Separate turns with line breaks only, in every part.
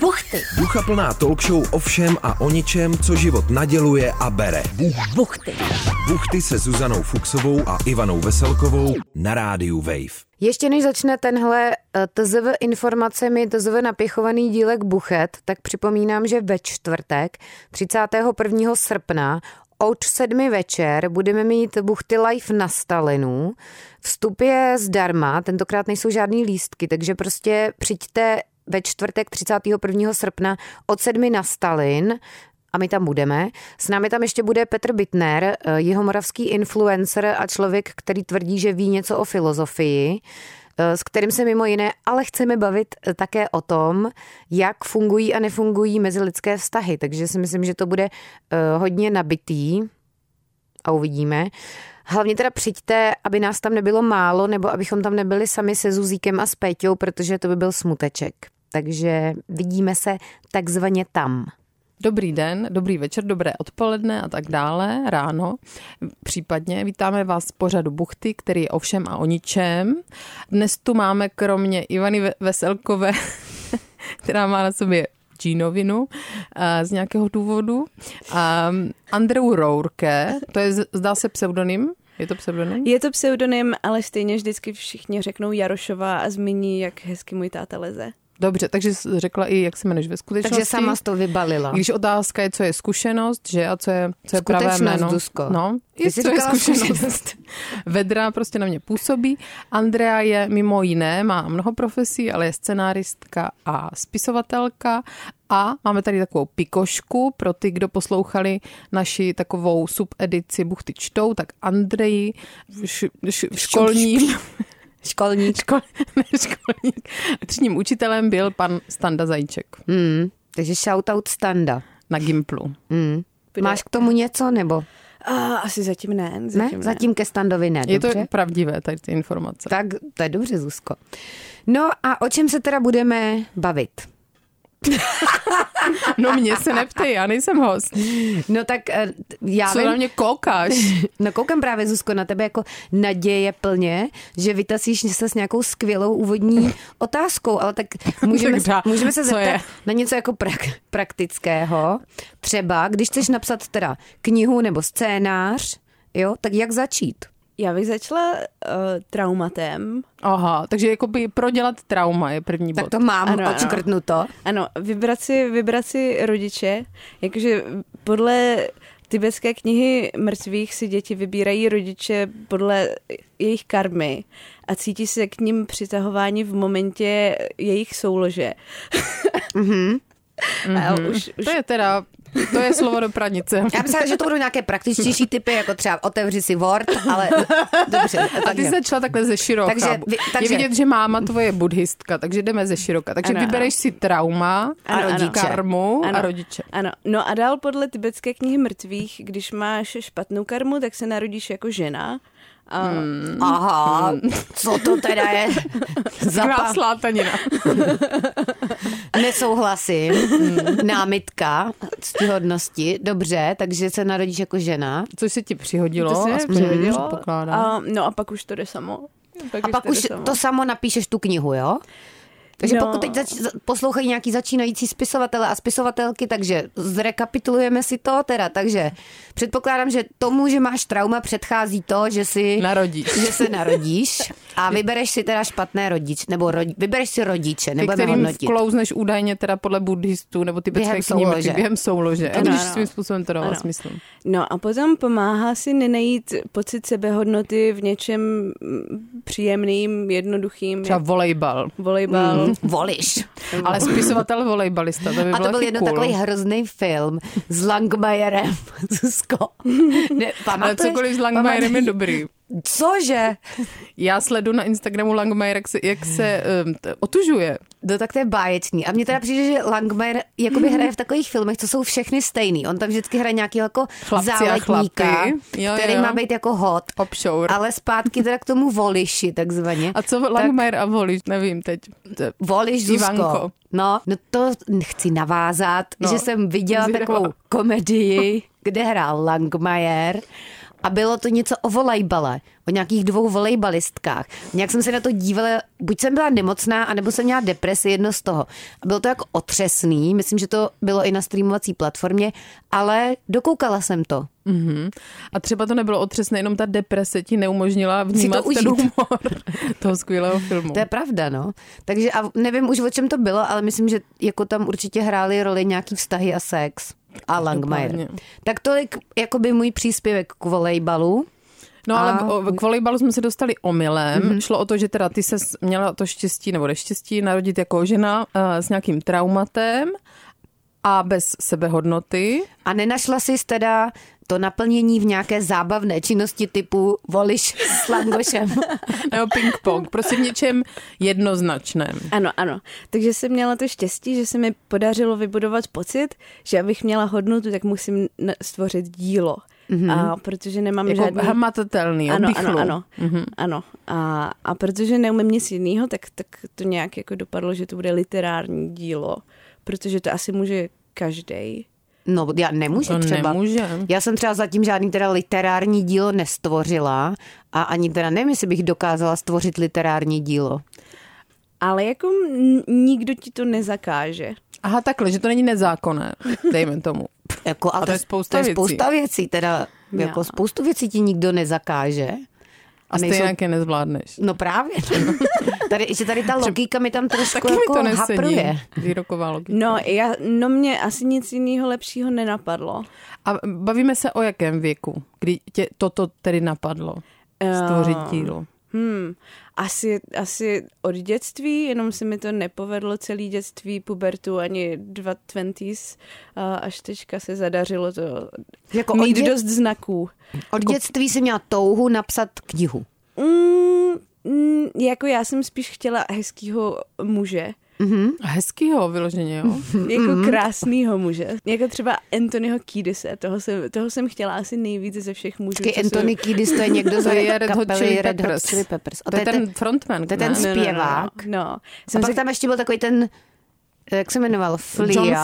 Buchty.
Ducha plná talk show o všem a o ničem, co život naděluje a bere.
Buchty.
Buchty se Zuzanou Fuxovou a Ivanou Veselkovou na rádiu Wave.
Ještě než začne tenhle eh, TZV informacemi, TZV napěchovaný dílek Buchet, tak připomínám, že ve čtvrtek 31. srpna od sedmi večer budeme mít Buchty Live na Stalinu. Vstup je zdarma, tentokrát nejsou žádný lístky, takže prostě přijďte ve čtvrtek 31. srpna od sedmi na Stalin a my tam budeme. S námi tam ještě bude Petr Bitner, jeho moravský influencer a člověk, který tvrdí, že ví něco o filozofii, eh, s kterým se mimo jiné ale chceme bavit eh, také o tom, jak fungují a nefungují mezilidské vztahy. Takže si myslím, že to bude eh, hodně nabitý a uvidíme. Hlavně teda přijďte, aby nás tam nebylo málo, nebo abychom tam nebyli sami se Zuzíkem a s Péťou, protože to by byl smuteček. Takže vidíme se takzvaně tam.
Dobrý den, dobrý večer, dobré odpoledne a tak dále, ráno. Případně vítáme vás z pořadu Buchty, který je o všem a o ničem. Dnes tu máme kromě Ivany Ve- Veselkové, která má na sobě džínovinu eh, z nějakého důvodu. a mm, Andreu Rourke, to je z- zdá se pseudonym, je to pseudonym?
Je to pseudonym, ale stejně vždycky všichni řeknou Jarošová a zmíní, jak hezky můj táta leze.
Dobře, takže jsi řekla i, jak se jmenuješ ve skutečnosti.
Takže sama jsi to vybalila.
I Když otázka je, co je zkušenost, že a co je, co je pravé
Skutečnost,
jméno.
Zuzko.
No,
Ty
je,
jsi
co je
říkala
zkušenost. Vedra prostě na mě působí. Andrea je mimo jiné, má mnoho profesí, ale je scenáristka a spisovatelka. A máme tady takovou pikošku pro ty, kdo poslouchali naši takovou subedici Buchty čtou, tak Andreji š, š, školní
Školník.
škol, ne, školník, třídním učitelem byl pan Standa Zajíček
Mm, takže shoutout Standa.
na Gimplu.
Mm. Máš k tomu něco, nebo?
A, asi zatím ne.
Ne?
Zatím ne.
Zatím ke Standovi ne,
Je to
dobře?
pravdivé, tady ty informace.
Tak to je dobře, Zuzko. No a o čem se teda budeme bavit?
No mě se neptej, já nejsem host.
No tak eh, t- já
Co
vím,
na mě koukáš?
no koukám právě, Zuzko, na tebe jako naděje plně, že vytasíš se s nějakou skvělou úvodní otázkou, ale tak můžeme,
Tak dá.
můžeme se
Co
zeptat
je?
na něco jako prak- praktického. Třeba, když chceš napsat teda knihu nebo scénář, jo, tak jak začít?
Já bych začala uh, traumatem.
Aha, takže jakoby prodělat trauma je první
Tak
bod.
to mám
Ano, ano.
odškrtnuto.
Ano, vybrat si, vybrat si rodiče. Jakože podle tibetské knihy mrtvých si děti vybírají rodiče podle jejich karmy a cítí se k ním přitahování v momentě jejich soulože. Mhm. Mm-hmm. A už, už
To je teda, to je slovo do pranice.
Já myslím, že to budou nějaké praktičtější typy, jako třeba otevři si Word, ale dobře.
A ty
takže.
jsi začala takhle ze široka.
Takže vy- takže-
Je vidět, že máma tvoje je buddhistka, takže jdeme ze široka. Takže
Ano, ano.
vybereš si trauma,
Ano, ano.
rodiče. karmu a
Ano.
rodiče.
Ano, no a dál podle tibetské knihy mrtvých, když máš špatnou karmu, tak se narodíš jako žena. A, hmm.
Aha, co to teda je?
Taková
Zapach.
slátanina.
Nesouhlasím.
Hmm.
Námitka ctihodnosti. Dobře, takže se narodíš jako žena.
Což se ti přihodilo,
To se mi
aspoň
přihodilo.
předpokládám.
a, no a pak už to jde samo. Pak
A pak
jde
už to samo napíšeš tu knihu, jo? Takže
No.
pokud teď zač- za- poslouchají nějaký začínající spisovatele a spisovatelky, takže zrekapitulujeme si to teda. Takže předpokládám, že tomu, že máš trauma, předchází to, že si
Narodíš.
že se narodíš a vybereš si teda špatné rodiče, nebo rodi, vybereš si rodiče,
Ty,
nebudeme
kterým
hodnotit.
vklouzneš údajně teda podle buddhistů nebo tibetské
Během
knihy
soulože.
mrtvých během soulože. A
Ano,
když
ano.
svým způsobem to dává
Ano.
smysl.
No a potom pomáhá si nenajít pocit sebehodnoty v něčem mm, příjemným, jednoduchým,
Třeba Hmm.
Třeba...
volejbal.
volejbal. Mm.
Voliš.
Ale spisovatel volejbalista, to by
A
bylo
to byl
taky
jednou
cool.
takový hrozný film s Langmajerem. Zuzko. Ne,
Ale
pamatuješ?
cokoliv s Langmajerem je
Pamatuješ?
dobrý.
Cože?
Já sledu na Instagramu Langmajer, jak se, jak se um, t- otužuje.
No tak to je báječný. A mně teda přijde, že Langmajer jakoby hraje v takových filmech, co jsou všechny stejný. On tam vždycky hraje nějaký jako
Chlapci a
záletníka,
chlapy. Jo,
který
jo.
má být jako hot.
Obšour.
Ale zpátky teda k tomu voliši takzvaně.
A co Langmajer a voliš, nevím teď. To-
Voliš Zuzko.
Ivanko.
No, no to chci navázat, no,
No,
že jsem viděla
zvědavá.
takovou komedii, kde hrál Langmajer A bylo to něco o volejbale, o nějakých dvou volejbalistkách. Nějak jsem se na to dívala, buď jsem byla nemocná, anebo jsem měla depresi, jedno z toho. A bylo to jako otřesný, myslím, že to bylo i na streamovací platformě, ale dokoukala jsem to.
A třeba to nebylo otřesné, jenom ta deprese ti neumožnila vnímat
užít.
ten humor toho skvělého filmu.
To je pravda, no. Takže a nevím už, o čem to bylo, ale myslím, že jako tam určitě hrály roli nějaký vztahy a sex. A Langmajer.
Každopádně.
Tak tolik jakoby můj příspěvek k volejbalu.
No ale
A- Mhm.
a... k volejbalu jsme se dostali omylem. Mm-hmm. Šlo o to, že teda ty se měla to štěstí nebo neštěstí narodit jako žena uh, s nějakým traumatem a bez sebehodnoty.
A nenašla jsi teda to naplnění v nějaké zábavné činnosti typu voliš s langošem.
Nebo ping-pong. Prostě v něčem jednoznačném.
Ano, ano. Takže jsem měla to štěstí, že se mi podařilo vybudovat pocit, že abych měla hodnotu, tak musím n- stvořit dílo. Mm-hmm. A protože nemám
Jako
žádný...
hmatatelný,
ano,
oddychlu.
ano, ano, mm-hmm. ano. A, a protože neumím nic jiného, tak, tak to nějak jako dopadlo, že to bude literární dílo, protože to asi může každý.
No, já nemůžu
To
třeba.
nemůže.
Já jsem třeba zatím žádný teda literární dílo nestvořila a ani teda nevím, jestli bych dokázala stvořit literární dílo.
Ale jako n- nikdo ti to nezakáže.
Aha, takhle, že to není nezákonné, dejme tomu.
Jako, ale
to je spousta
to je
věcí.
spousta věcí, teda jako
Jo.
spoustu věcí ti nikdo nezakáže.
A stejně jak je nezvládneš.
No právě. tady, že tady ta logika mi tam trošku
Taky mi to
jako
nesedí.
hapruje.
Výroková logika.
No, já, no mě asi nic jiného lepšího nenapadlo.
A bavíme se o jakém věku, kdy tě toto tedy napadlo? Stvořit
Ehm.
dílo.
Hmm, asi, asi od dětství, jenom se mi to nepovedlo celý dětství, pubertu ani 20s, a až teďka se zadařilo to
Jako
jako
od
mít
dě-
dost znaků.
Od
Jako-
dětství jsem měla touhu napsat knihu.
Mm, mm, jako já jsem spíš chtěla hezkýho muže,
A hezkýho vyloženě, jo?
Mhm.
jako krásného muže. Jako třeba Anthonyho Kiedise, toho jsem, toho jsem chtěla asi nejvíc ze všech mužů.
Taky
co
Anthony Kiedis, to je někdo
To
z
je Red Hot
kapely
Chili
Red Hot
Peppers.
Chili Peppers. A
To je ten frontman,
to je ten
ne?
Jsou... No, no, no, no,
zpěvák.
no.
A
Jsem
pak
se...
tam ještě byl takový ten, jak se jmenoval, Flia.
John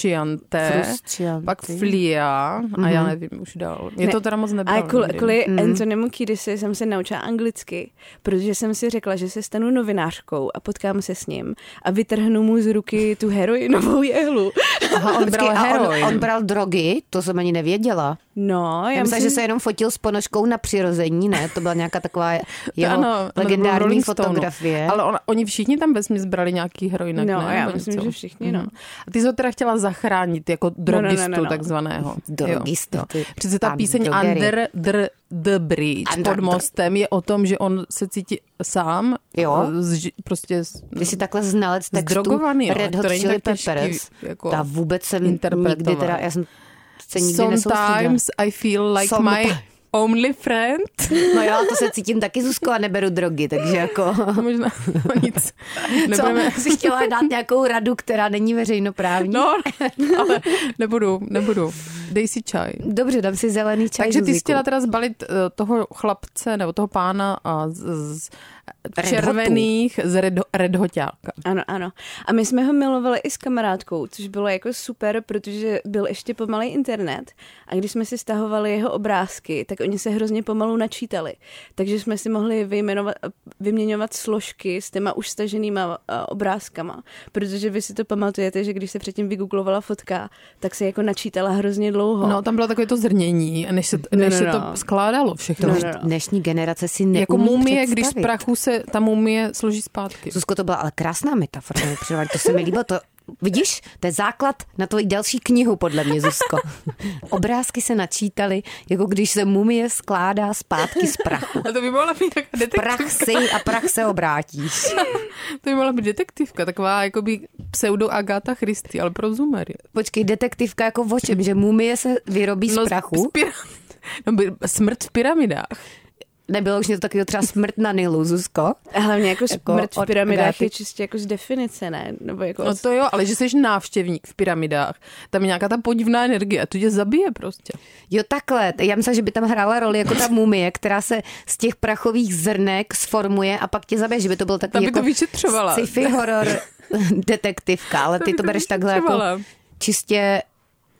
Frusciante,
Frusciante. Mhm.
pak Flia a já nevím už dál. Je
Ne.
to teda moc
A
nepravda. Hmm.
kvůli, kvůli mm. Antonimu Kiedisi jsem se naučila anglicky, protože jsem si řekla, že se stanu novinářkou a potkám se s ním a vytrhnu mu z ruky tu heroinovou jehlu.
Aha, on
Počkej,
bral
a on,
heroin.
on bral drogy, to jsem ani nevěděla.
No, já,
Já myslím, že
myslím-
se jenom fotil s ponožkou na přirození, ne? To byla nějaká taková jeho
ano, ono
ano,
to bylo v
legendární
Rolling Stoneu.
fotografie. Ale...
Ale on, oni všichni tam bez mě zbrali nějaký heroinek,
No,
ne?
já
Nebo
myslím,
něco.
že všichni, no.
Mhm. A ty jsi ho teda chtěla zachránit jako drogistu
no, no, no.
takzvaného.
Drogistu,
Jo, jo.
ty
Přece ta
pan
píseň
drogery.
Under dr, the Bridge
Under
pod
the-
mostem je o tom, že on se cítí sám.
Jo.
Z, ži- prostě z,
Ty jsi takhle znalec textu
Zdrogovaný, jo.
Red Hot
To není
Chili
tak těžký,
Peppers. Jako
jako
ta vůbec jsem
interpretovat.
nikdy teda, já jsem se nikdy nesoustředila.
Sometimes I feel like
Sometimes.
my only friend.
No jo, to se cítím taky, Zuzko, a neberu drogy, takže jako...
Možná no, nic.
Co,
Nebudeme,
si chtěla dát nějakou radu, která není veřejnoprávní?
no, ale nebudu, nebudu. Dej si čaj.
Dobře, dám si zelený čaj,
Takže ty jsi
Zuziku.
chtěla teda zbalit eh, toho chlapce nebo toho pána a z, z
Red
červených z red, redhoťáka.
Ano, ano. A my jsme ho milovali i s kamarádkou, což bylo jako super, protože byl ještě pomalý internet a když jsme si stahovali jeho obrázky, tak oni se hrozně pomalu načítali. Takže jsme si mohli vyjmenovat, vyměňovat složky s těma už staženýma a, obrázkama, protože vy si to pamatujete, že když se předtím vygooglovala fotka, tak se jako načítala hrozně dlouho.
No, tam bylo takové to zrnění, než se, než
no,
se to
no.
skládalo všechno.
No,
To
no,
už
no.
dnešní generace si neumí
Jako mumie, když z
představit.
prachu se ta mumie složí zpátky.
Zuzko, to byla ale krásná metafora, nebo přirovnání, to se mi líbilo. To, vidíš, to je základ na tvoji další knihu, podle mě, Zuzko. Obrázky se načítaly, jako když se mumie skládá zpátky z prachu.
A to by mohla být taková detektivka.
Prach si a prach se obrátíš.
To by mohla být detektivka, taková jakoby pseudo Agáta Christy, ale pro zoomery.
Počkej, detektivka jako o čem, že mumie se vyrobí z
No, z
prachu?
pyra- No, by- smrt v pyramidách.
Nebylo už něco takového třeba smrt na Nilu, Zuzko?
A hlavně jako,
Jako
jako smrt
od
v pyramidách
Agáty.
je čistě jako z definice, ne? Nebo jako
No to jo, ale že jsi návštěvník v pyramidách, tam je nějaká ta podivná energie a to tě zabije prostě.
Jo, takhle. Já myslím, že by tam hrála roli jako ta mumie, která se z těch prachových zrnek sformuje a pak tě zabije, že by to byl
Ta
takový
by
jako
to vyšetřovala.
sci-fi horor detektivka, ale
Ta
ty
by
to
to
bereš takhle jako
vyšetřovala.
čistě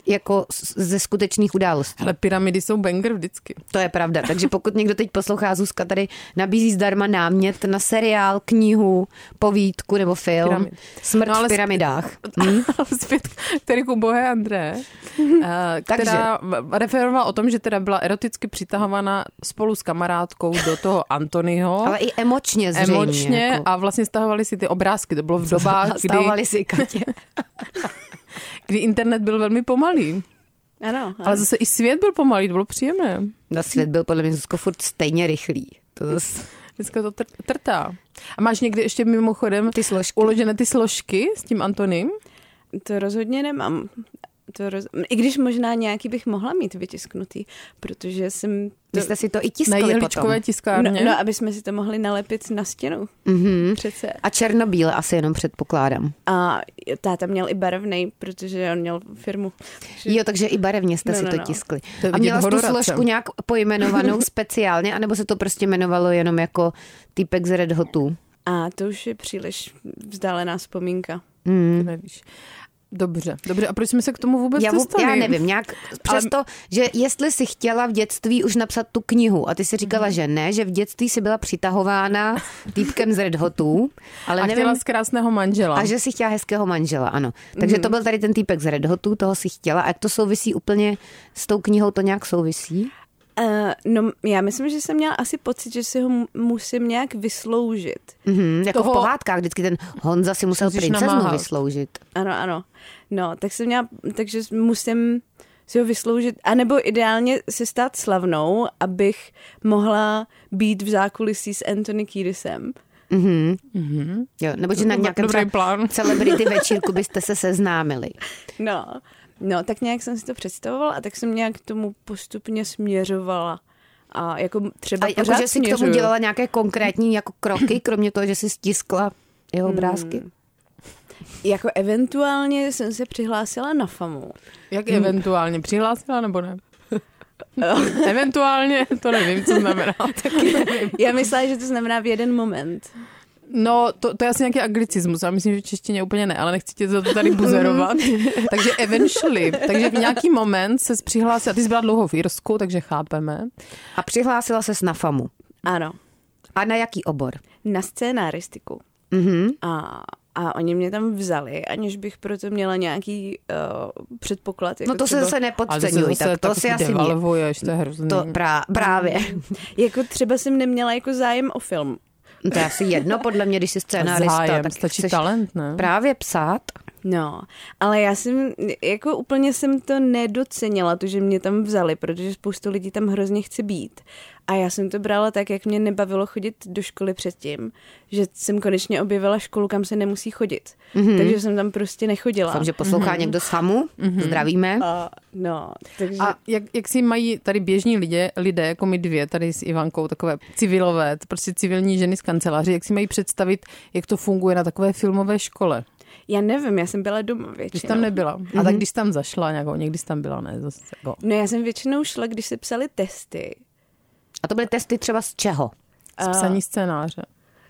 jako s- ze skutečných událostí.
Ale pyramidy jsou banger vždycky.
To je pravda. Takže pokud někdo teď poslouchá, Zuzka tady nabízí zdarma námět na seriál, knihu, povídku nebo film.
Pyramid.
Smrt
No,
no,
ale
v
sp-
pyramidách.
Hmm? Zpět k- tedy k ubohé André, eh, která v- referovala o tom, že teda byla eroticky přitahovaná spolu s kamarádkou do toho Antonyho.
Ale i emočně zřejmě.
emočně
jako.
a vlastně stahovali si ty obrázky. To bylo v dobách, kdy,
Stávali si Katě.
kdy internet byl velmi pomalý.
Ano,
Ale zase i svět byl pomalý, to bylo příjemné.
Na svět byl podle mě Zuzko furt stejně rychlý. To zase...
Dneska Hm. to tr- trtá. A máš někdy ještě mimochodem
Ty složky.
uložené ty složky s tím Antonym?
To rozhodně nemám. To roz... I když možná nějaký bych mohla mít vytisknutý, protože jsem...
Vy
To...
jste si to i
Na
tiskli potom.
jehličkové
No,
tiskárně?
no, aby jsme si to mohli nalepit na stěnu.
Mhm.
Přece.
A černobíle asi jenom předpokládám.
A táta měl i barevný, protože on měl firmu. Takže-
Jo, takže i barevně jste
No,
si
no,
to
no.
tiskli.
To je
A
vidět
měla jsi tu
honorace.
složku nějak pojmenovanou speciálně, anebo se to prostě jmenovalo jenom jako týpek z Red Hotů?
A to už je příliš vzdálená vzpomínka.
Ty nevíš. Dobře, dobře. A proč jsme se k tomu vůbec
Hmm. Já, vůb-
dostali?
já nevím, nějak přesto, že jestli si chtěla v dětství už napsat tu knihu a ty si říkala,
Mhm.
že ne, že v dětství si byla přitahována týpkem z Red Hotů, ale
A
nevím,
chtěla z krásného manžela.
a že si chtěla hezkého manžela, ano. Takže
Mm.
to byl tady ten týpek z Red Hotů, toho si chtěla. A jak to souvisí úplně s tou knihou, to nějak souvisí?
Uh, no, já myslím, že jsem měla asi pocit, že si ho mu- musím nějak vysloužit.
Mhm, jako
Toho-
v pohádkách vždycky ten Honza si musel
Musíš
princeznu
namáhat.
vysloužit.
Ano, ano. No, tak jsem měla, takže musím si ho vysloužit, anebo ideálně se stát slavnou, abych mohla být v zákulisí s Anthony Kiedisem.
Mhm. Jo, nebo že na nějakém
Dobrý
třeba
plán.
celebrity večírku byste se seznámili.
No, no, tak nějak jsem si to představovala a tak jsem nějak k tomu postupně směřovala. A jako třeba
A
a
jako,
pořád
že jsi k tomu
směřuju.
dělala nějaké konkrétní jako kroky, kromě toho, že jsi stiskla jeho
Hmm.
obrázky?
Jako eventuálně jsem se přihlásila na famu.
Jak eventuálně? Přihlásila nebo ne? eventuálně, to nevím, co znamená.
Já myslela, že to znamená v jeden moment.
No, to, to je asi nějaký anglicismus, já myslím, že v češtině úplně ne, ale nechci tě za to tady buzerovat. takže eventually, takže v nějaký moment se přihlásil, a ty jsi byla dlouho v Irsku, takže chápeme.
A přihlásila ses na FAMu.
Ano,
A na jaký obor?
na scénáristiku.
Mhm.
A, a oni mě tam vzali, aniž bych proto měla nějaký uh, předpoklad. Jako
No to se
třeba,
zase
Ale ty se
nepodceňuj,
zase
tak to
tak Hmm.
si asi ní.
devalvuješ, to je hrozný.
To prá- právě.
Jako třeba jsem neměla jako zájem o film.
To je asi jedno, podle mě, když jsi scénárista,
Zájem,
tak
stačí
chceš
talent, ne?
právě psát.
No, ale já jsem, jako úplně jsem to nedocenila, to, že mě tam vzali, protože spoustu lidí tam hrozně chce být. A já jsem to brala tak, jak mě nebavilo chodit do školy předtím, že jsem konečně objevila školu, kam se nemusí chodit. Mm-hmm. Takže jsem tam prostě nechodila.
Doufám, jako, že poslouchá
Mhm.
někdo z FAMu. Zdravíme.
A, no, takže...
A jak, jak si mají tady běžní lidé, lidé, jako my dvě, tady s Ivankou, takové civilové, to prostě civilní ženy z kanceláři, jak si mají představit, jak to funguje na takové filmové škole?
Já nevím, já jsem byla doma
Když
většinou.
tam nebyla. A tak když tam zašla nějakou, někdy jsi tam byla, ne? Zase, jako.
No já jsem většinou šla, když se psali testy.
A to byly testy třeba z čeho?
Z psaní scénáře.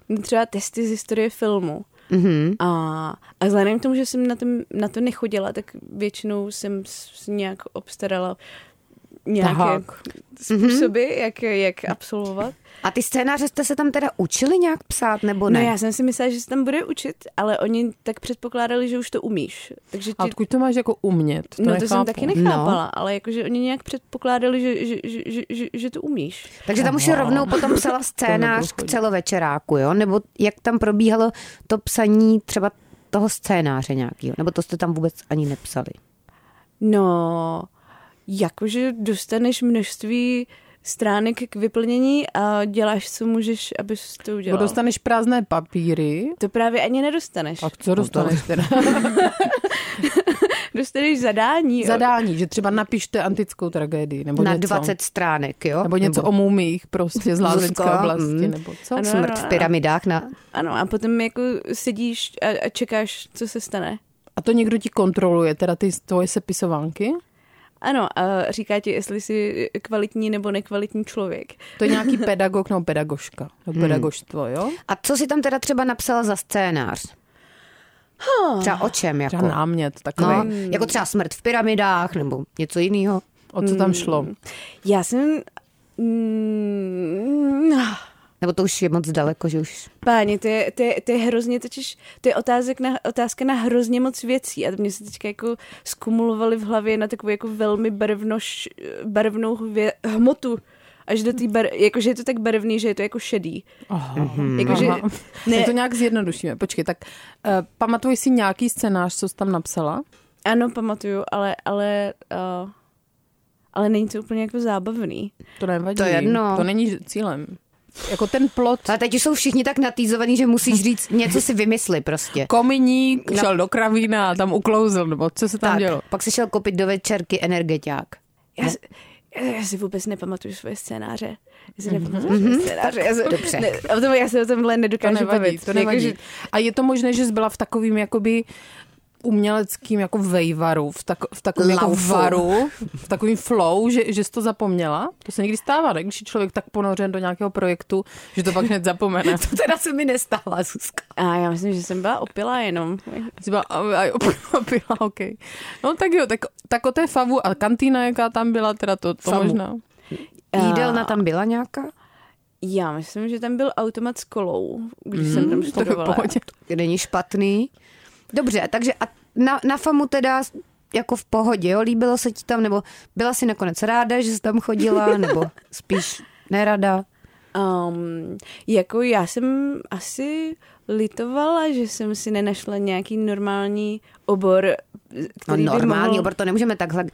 No, Třeba testy z historie filmu.
Mhm.
Mm-hmm. A, a vzhledem k tomu, že jsem na, tom, na to nechodila, tak většinou jsem s- nějak obstarala nějaké
Tahák. Mhm.
způsoby, mm-hmm. jak, jak absolvovat.
A ty scénáře jste se tam teda učili nějak psát, nebo ne?
No já jsem si myslela, že se tam bude učit, ale oni tak předpokládali, že už to umíš. Takže
A
ti,
odkud to máš jako umět? To
no to
nechápu.
jsem taky nechápala, no. ale jakože oni nějak předpokládali, že, že, že, že, že, že to umíš.
Takže tam už rovnou potom psala scénář k
chodit.
celovečeráku, jo? Nebo jak tam probíhalo to psaní třeba toho scénáře nějakého? Nebo to jste tam vůbec ani nepsali?
No, jakože dostaneš množství stránek k vyplnění a děláš, co můžeš, abys to
Nebo
udělal.
dostaneš prázdné papíry,
To právě ani nedostaneš.
tak co dostaneš teda?
Dostaneš zadání. jo.
Zadání, že třeba napište antickou tragédii, nebo
Na
něco.
20 stránek, jo?
Nebo něco o mumích prostě z lázeňské
Zuzko,
oblasti,
mm.
nebo co?
Ano,
Smrt v pyramidách na...
Ano, a potom jako sedíš a, a čekáš, co se stane.
A to někdo ti kontroluje, teda ty tvoje sepisovánky?
Ano, a říká ti, jestli jsi kvalitní nebo nekvalitní člověk.
To je nějaký pedagog nebo
Hmm.
pedagožka, nebo pedagožstvo, jo?
A co si tam teda třeba napsala za scénář? Třeba o čem? Jako?
Třeba námět takový.
No,
No.
jako třeba smrt v pyramidách nebo něco jiného.
O co
hmm.
tam šlo?
Já jsem... Mm, ah.
Nebo to už je moc daleko, že už...
Páni, to je, to, je, to je hrozně totiž, to je otázek na, otázka na hrozně moc věcí a mě se teďka jako skumulovaly v hlavě na takovou jako velmi barvnoš, barvnou hvě, hmotu až do té bar, jakože je to tak barevný, že je to jako šedý. Jako,
Aha.
Jakože,
Aha. Ne.
ne,
to nějak zjednodušíme. Počkej, tak uh, pamatuješ si nějaký scénář, co jsi tam napsala?
ano, pamatuju, ale, ale, uh, ale není to úplně jako zábavný.
To nevadí.
To je jedno.
To není cílem. Jako ten plot.
Ale teď už jsou všichni tak natýzovaní, že musíš říct, něco si vymysli prostě.
Kominík šel do kravína a tam uklouzl, nebo co se tam dělo?
pak si šel kopit do večerky energeťák.
Já,
No.
si- já, já si vůbec nepamatuju svoje scénáře. Já
Mhm.
si nepamatuju svoje scénáře. Já, si,
Dobře.
ne, o tom, já se o tomhle
To
nedokážu
nevadí,
bavit.
to nevadí.
Jakože-
A je to možné, že jsi byla v takovým jakoby uměleckým jako vejvaru, v, tak, v takovém jako
Laufu.
varu, v takovým flow, že, že jsi to zapomněla. To se někdy stává, ne? když je člověk tak ponořen do nějakého projektu, že to pak hned zapomene.
To teda se mi nestává, Zuzka.
A já myslím, že jsem byla opila jenom.
Jsi byla, a, a, opila, okay. No tak jo, tak, tak o té favu a kantýna, jaká tam byla, teda to, to
Favu.
možná.
Jídelna tam byla nějaká?
Já myslím, že tam byl automat s kolou, když
Hmm,
mm, jsem tam
To je v
studovala.
pohodě.
Není špatný. Dobře, takže a na, na FAMu teda jako v pohodě, jo? Líbilo se ti tam, nebo byla si nakonec ráda, že jsi tam chodila, nebo spíš nerada?
Um, jako já jsem asi litovala, že jsem si nenašla nějaký normální obor,
No
který by
normální
mohl...
obor, to nemůžeme takhle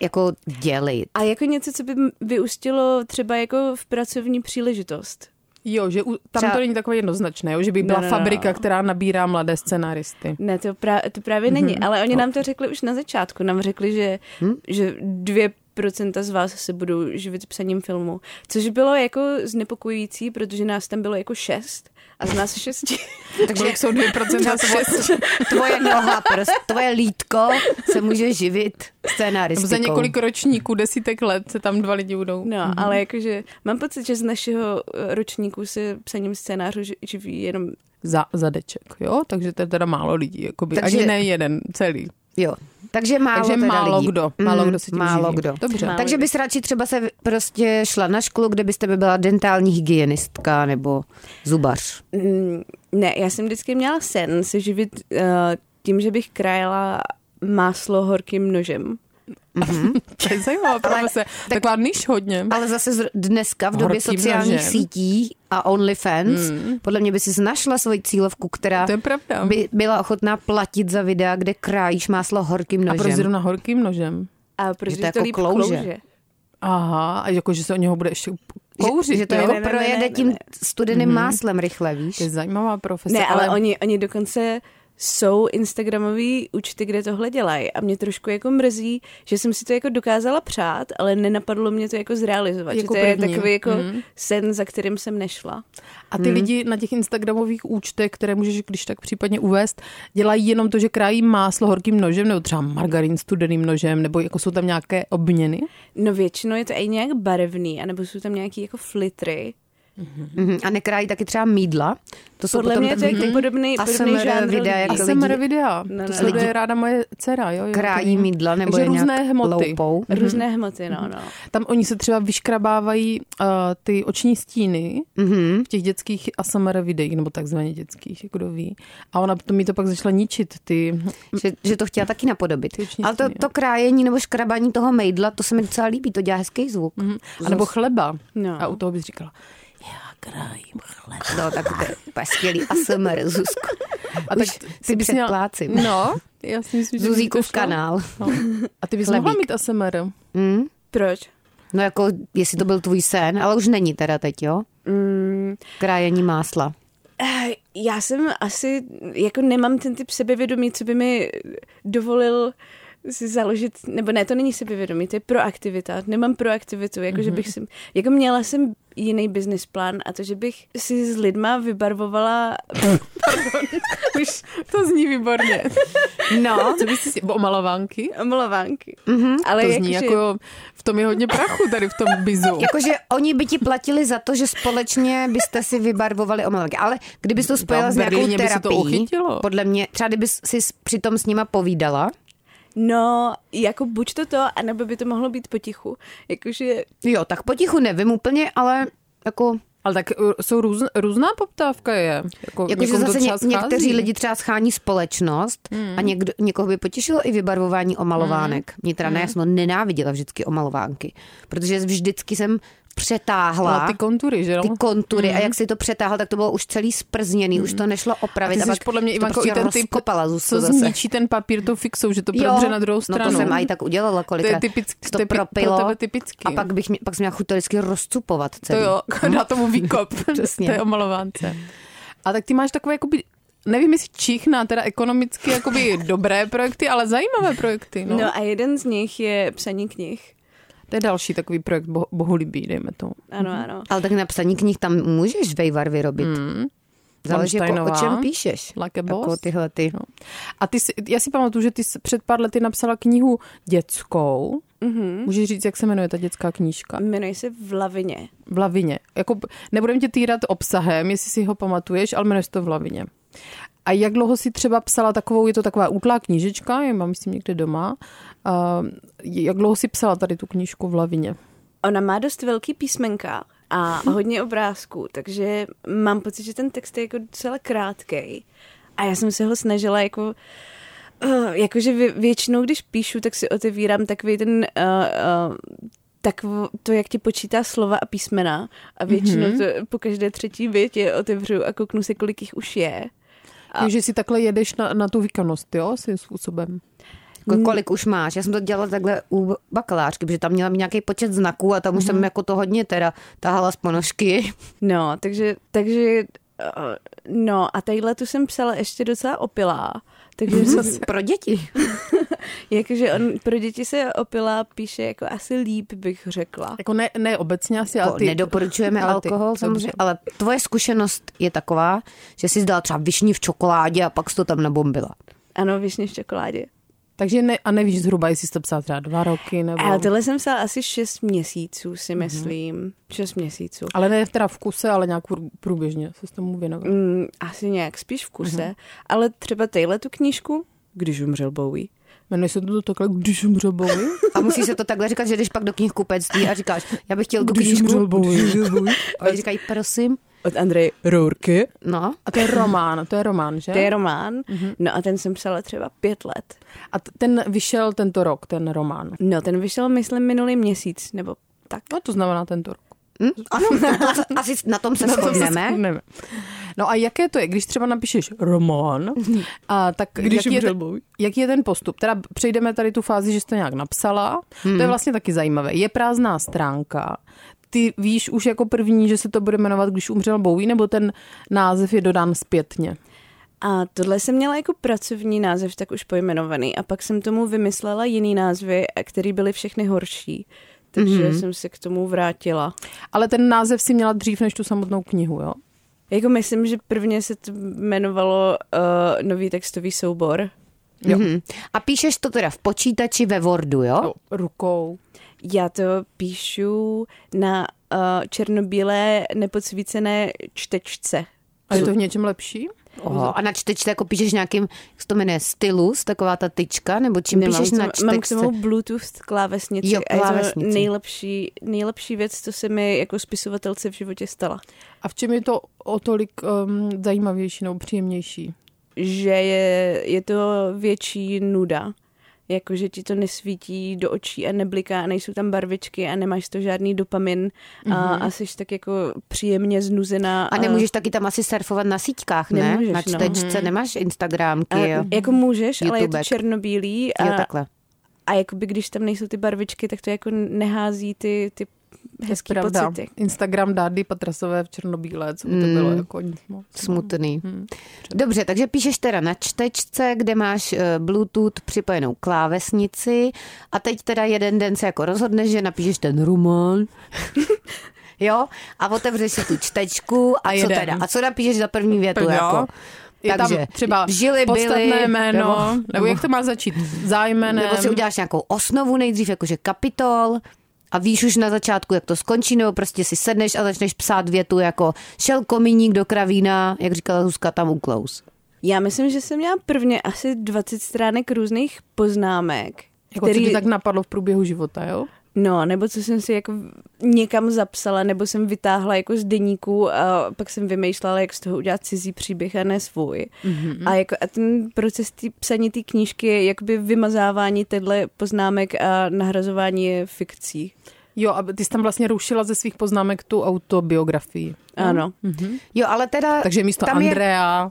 jako dělit.
A jako něco, co by m- vyústilo třeba jako v pracovní příležitost.
Jo, že u, tam
Třeba-
to není takové jednoznačné, jo, že by byla
No, no, no.
fabrika, která nabírá mladé scenáristy.
Ne, to, pra, to právě není,
Mhm.
mm-hmm. ale oni
No.
nám to řekli už na začátku. Nám řekli, že,
Hm?
že dvě procenta z vás se budou živit psaním filmu, což bylo jako znepokojující, protože nás tam bylo jako šest a z nás šesti.
Takže jak jsou 2% z šest.
Tvoje noha, prst, tvoje lítko se může živit scénaristikou.
Za několik ročníků, desítek let se tam dva lidi budou.
No,
Mhm.
mm-hmm. ale jakože mám pocit, že z našeho eh, ročníku se psaním scénářů ži- živí jenom...
Za, zadeček, jo? Takže to je teda málo lidí, jakoby.
Takže-
Takže... Ani ne jeden celý.
Jo. Takže málo
Takže
teda
málo
lidí.
kdo, málo
Mm,
kdo se tím
Málo
živí.
kdo.
Dobře.
Málo
Takže
kdo.
bys radši třeba se prostě šla na školu, kde byste by byla dentální hygienistka nebo zubař.
Mm, Ne, já jsem vždycky měla sen se živit uh, tím, že bych krájela máslo horkým nožem.
To je zajímavá profese. Taková niž hodně.
Ale zase zr- dneska v době
Horkým
sociálních
nožem.
sítí a OnlyFans, podle mě by si našla svoji cílovku, která
To je pravda.
by byla ochotná platit za videa, kde krájíš máslo horkým
A proč
nožem.
zrovna horkým nožem?
A protože
to
to,
jako
líp
klouže.
Aha, a jako, že se o něho bude ještě
že,
kouřit,
že to
jo?
jako
ne, ne,
projede
ne, ne,
tím
ne. Mhm.
studeným máslem rychle, víš?
To je zajímavá profese.
Prostě,
Ne, ale, oni, oni dokonce jsou instagramový účty, kde tohle dělají a mě trošku jako mrzí, že jsem si to jako dokázala přát, ale nenapadlo mě to jako zrealizovat.
Jako
Jako že to
první.
je takový jako
Mhm.
mm. sen, za kterým jsem nešla.
A ty hmm. lidi na těch Instagramových účtech, které můžeš když tak případně uvést, dělají jenom to, že krájí máslo horkým nožem, nebo třeba margarín studeným nožem, nebo jako jsou tam nějaké obměny.
No většinou je to i nějak barevný, anebo jsou tam nějaký jako flitry.
Mhm. A nekrájí taky třeba mídla. To jsou
Podle
potom
mě to je
takový Mhm.
jako
ty
podobný, podobný
ASMR
žánr
videa,
lidí.
jako
A
lidi-
jsem videa.
Ne,
To
ne,
sleduje
lidi-
ráda moje dcera. Jo, jo,
krájí
to-
mídla nebo
Takže
je nějak
různé hmoty.
loupou.
Různé hmoty, no,
Mhm.
no.
Tam oni se třeba vyškrabávají uh, ty oční stíny
Mhm.
v těch dětských ASMR videích, nebo takzvaně dětských, jako kdo ví. A ona to mi to pak začala ničit, ty
Že, že, to chtěla taky napodobit.
Ty oční
Ale to,
stíny,
to
jo.
krájení nebo škrabaní toho mejdla, to se mi docela líbí, to dělá hezký zvuk.
Mhm.
A nebo chleba.
No.
A u toho bys říkala, já krájím chleba.
No, tak to je úplně skvělý ASMR, Zuzko. A tak si
bys měla-
předplácím.
No, já si myslím, že by to
Zuzíkův
šlo.
kanál.
No. A ty bys
Chlebík.
mohla mít ASMR.
Mm?
Proč?
No jako, jestli to byl tvůj sen, ale už není teda teď, jo?
Mm,
Krájení másla.
eh, já jsem asi, jako nemám ten typ sebevědomí, co by mi dovolil si založit, nebo ne, to není sebevědomí, to je proaktivita. Nemám proaktivitu, jako mm-hmm.
Mhm.
že bych si, jako měla jsem jiný business plán a to, že bych si s lidma vybarvovala,
Už to zní výborně.
No,
Co byste si, omalovánky?
malovánky. Mm-hmm, ale
Mhm, To zní jako, v tom je hodně prachu tady v tom bizu.
jakože oni by ti platili za to, že společně byste si vybarvovali omelky. Ale kdybys to spojila s
v
nějakou
Berlíně by se to
terapií,
uchytilo.
podle mě, třeba kdybys si s- přitom s nima povídala,
No, jako buď to to, anebo by to mohlo být potichu. Jakože
jo, tak potichu nevím úplně, ale jako
Ale tak uh, jsou růz, různá poptávka je. Jako,
Jakože
někomu to
zase ně,
třeba
někteří
schází. Hmm.
lidi třeba schání společnost mm. a někdo, někoho by potěšilo i vybarvování omalovánek. Mě teda
Hmm.
ne, já jsem to nenáviděla vždycky omalovánky, protože vždycky jsem přetáhla
No, ty kontury, že jo? Mhm.
ty kontury mm. a jak si to přetáhla, tak to bylo už celý sprzněný, mm. už to nešlo
A
opravit.
ty
a
jsi
pak
podle mě,
to
Ivanko,
prostě
i ten typ,
rozkopala Zuzko
co
zase.
zničí ten papír tou fixou, že to prodře na druhou stranu.
No to jsem aj tak udělala kolikrát.
je
to,
typický- to je pi- pro
propilo
tebe typický.
A pak, bych, mě- pak jsem měla chuť to vždycky rozcupovat
To
celý.
jo, dá tomu výkop.
Přesně.
To je omalovánce. A tak ty máš takové, jakoby, nevím, jestli čichná, teda ekonomicky jakoby dobré projekty, ale zajímavé projekty. No.
No. no a jeden z nich je psaní knih.
To je další takový projekt bo- bohulibý, dejme tomu.
Ano,
Mhm.
ano.
Ale tak na psaní knih tam můžeš vejvar vyrobit. Mm. Záleží jako, o
Rammsteinová.
čem píšeš.
Mhm. Like a
Jako
boss.
tyhle ty.
No. A ty si, já si pamatuju, že ty jsi před pár lety napsala knihu dětskou.
Mhm.
Mm-hmm. Můžeš říct, jak se jmenuje ta dětská knížka?
Jmenuje se V lavině.
V lavině. Jako, nebudem tě týrat obsahem, jestli si ho pamatuješ, ale jmenuje se to v lavině. A jak dlouho si třeba psala takovou, je to taková útlá knížička, já mám myslím někde doma, a jak dlouho si psala tady tu knížku v lavině?
Ona má dost velký písmenka a hodně obrázků, takže mám pocit, že ten text je jako docela krátký. A já jsem se ho snažila jako eh, jakože vě- většinou, když píšu, tak si otevírám takový ten uh, uh, tak to, jak ti počítá slova a písmena a většinou to po každé třetí větě otevřu a kouknu se, kolik jich už je.
A... Takže si takhle jedeš na, na tu výkonnost, jo, svým způsobem. Mhm.
Ko- Jako, kolik už máš. Já jsem to dělala takhle u bakalářky, protože tam měla mít nějaký počet znaků a tam už
Mhm.
jsem jako to hodně teda tahala z ponožky.
No, takže, takže eh, no a tadyhle tu jsem psala ještě docela opilá,
Mhm.
takže jsem
Pro děti.
Jakože on pro děti se opila píše jako asi líp, bych řekla.
Jako ne, ne obecně asi,
Jako
ale ty...
Nedoporučujeme
ale ty,
alkohol
dobře.
samozřejmě, ale tvoje zkušenost je taková, že jsi dala třeba višní v čokoládě a pak jsi to tam nabombila.
Ano, višně v čokoládě.
Takže ne, a nevíš zhruba, jestli jsi to psala třeba dva roky, nebo...
Ale tohle jsem psala asi 6 měsíců, si myslím. Mm-hmm. 6 měsíců.
Ale ne teda v kuse, ale nějak prů- průběžně se s tomu věnoval.
Mm, asi nějak spíš v kuse. Mm-hmm. Ale třeba tadyhle tu knížku, když umřel Bowie.
Jmenuje se to takhle, když umřel Bowie.
A musí se to takhle říkat, že jdeš pak do knihkupectví a říkáš, já bych chtěl tu
Když
knížku.
umřel Bowie.
A oni říkají, prosím,
Od Andreje Rourky.
no.
A to je román, to je román, že?
To je román. Mm-hmm. No a ten jsem psala třeba pět let.
A t- ten vyšel tento rok, ten román.
No ten vyšel, myslím, minulý měsíc, nebo tak.
No to znamená tento rok.
Hm? Ano, tak to, se- asi na tom se
Na tom se
shodneme.
shodneme. No a jaké to je, když třeba napíšeš román, a tak
Když
jaký, je
umřel
ten,
Bowie.
jaký je ten postup? Teda přejdeme tady tu fázi, že jsi to nějak napsala, to je vlastně taky zajímavé. Je prázdná stránka, ty víš už jako první, že se to bude jmenovat Když umřel Bowie, nebo ten název je dodán zpětně?
A tohle jsem měla jako pracovní název, tak už pojmenovaný. A pak jsem tomu vymyslela jiný názvy, a který byly všechny horší. Takže
Mhm.
mm-hmm. jsem se k tomu vrátila.
Ale ten název si měla dřív než tu samotnou knihu, jo?
Jako myslím, že prvně se to jmenovalo uh, Nový textový soubor.
Mhm. A píšeš to teda v počítači ve Wordu, jo?
Jo, Rukou.
Já to píšu na uh, černobílé nepocvícené čtečce.
A je to v něčem lepší?
Oho. A na čtečce jako píšeš nějakým, jak se to jmenuje, stylus, taková ta tyčka, nebo čím
Nemám
píšeš
k tomu-
na
Mám k
čtečce?
tomu Bluetooth klávesnici.
Jo,
A je
klávesnici.
to nejlepší, nejlepší věc, co se mi jako spisovatelce v životě stala.
A v čem je to o tolik um, zajímavější nebo příjemnější?
že je, je to větší nuda. Jako, že ti to nesvítí do očí a nebliká a nejsou tam barvičky a nemáš to žádný dopamin a, mm-hmm. a jsi tak jako příjemně znuzená.
A nemůžeš taky tam asi surfovat na síťkách, ne?
Nemůžeš,
na
no.
čtečce nemáš
a,
Instagramky, jo?
Jako můžeš, ale je to
YouTubek.
černobílý
Jo,
a,
takhle.
a jakoby když tam nejsou ty barvičky, tak to jako nehází ty, ty hezký
Pravda.
pocity.
Instagram Dády Patrasové v černobílé, co by to
Mm.
bylo jako nic moc.
Smutný.
Hmm.
Dobře, takže píšeš teda na čtečce, kde máš eh, Bluetooth připojenou klávesnici a teď teda jeden den se jako rozhodneš, že napíšeš ten rumon. jo, a otevřeš si tu čtečku a,
A
a co
jeden.
teda? A co napíšeš za první větu?
Jo.
Jako?
Je Takže, tam třeba
žili,
podstatné
byli,
jméno, nebo, nebo jak
nebo,
to má začít? Zájmenem.
nebo si uděláš nějakou osnovu nejdřív, jakože kapitol, a víš už na začátku, jak to skončí, nebo prostě si sedneš a začneš psát větu jako šel komíník do kravína, jak říkala Zuzka, tam uklous.
Já myslím, že jsem měla prvně asi 20 stránek různých poznámek,
jako, který... Co ti tak napadlo v průběhu života, jo?
No, nebo co jsem si jako někam zapsala, nebo jsem vytáhla jako z deníku a pak jsem vymýšlela, jak z toho udělat cizí příběh a ne svůj. Mm-hmm. A, jako, a ten proces tý, psaní té knížky je jakoby vymazávání těchto poznámek a nahrazování je fikcí.
Jo, a ty jsi tam vlastně rušila ze svých poznámek tu autobiografii.
No.
Ano.
Mm-hmm. Jo, ale teda...
Takže místo
tam je-
Andrea.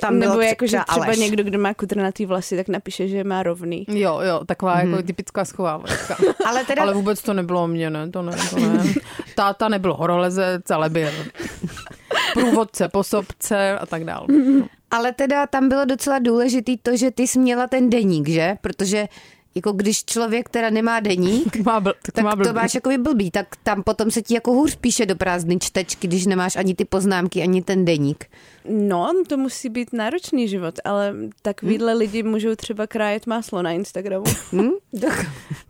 Tam bylo
nebo
tře-
jako, že
třeba
třeba
Aleš.
někdo, kdo má kudrnatý vlasy, tak napíše, že má rovný.
Jo, jo, taková jako typická schovávačka.
Ale Mhm. teda,
Ale vůbec to nebylo o mě, ne, to ne, to ne. Táta nebyl horolezec, ale byl průvodce, posobce a tak dále.
ale teda tam bylo docela důležitý to, že ty jsi měla ten deník, že? Protože jako když člověk teda nemá deník,
Má bl- tak,
tak
má
to máš jakoby blbý, tak tam potom se ti jako hůř píše do prázdny čtečky, když nemáš ani ty poznámky, ani ten deník.
No, to musí být náročný život, ale takovýhle
Mm.
lidi můžou třeba krájet máslo na Instagramu.
Hm?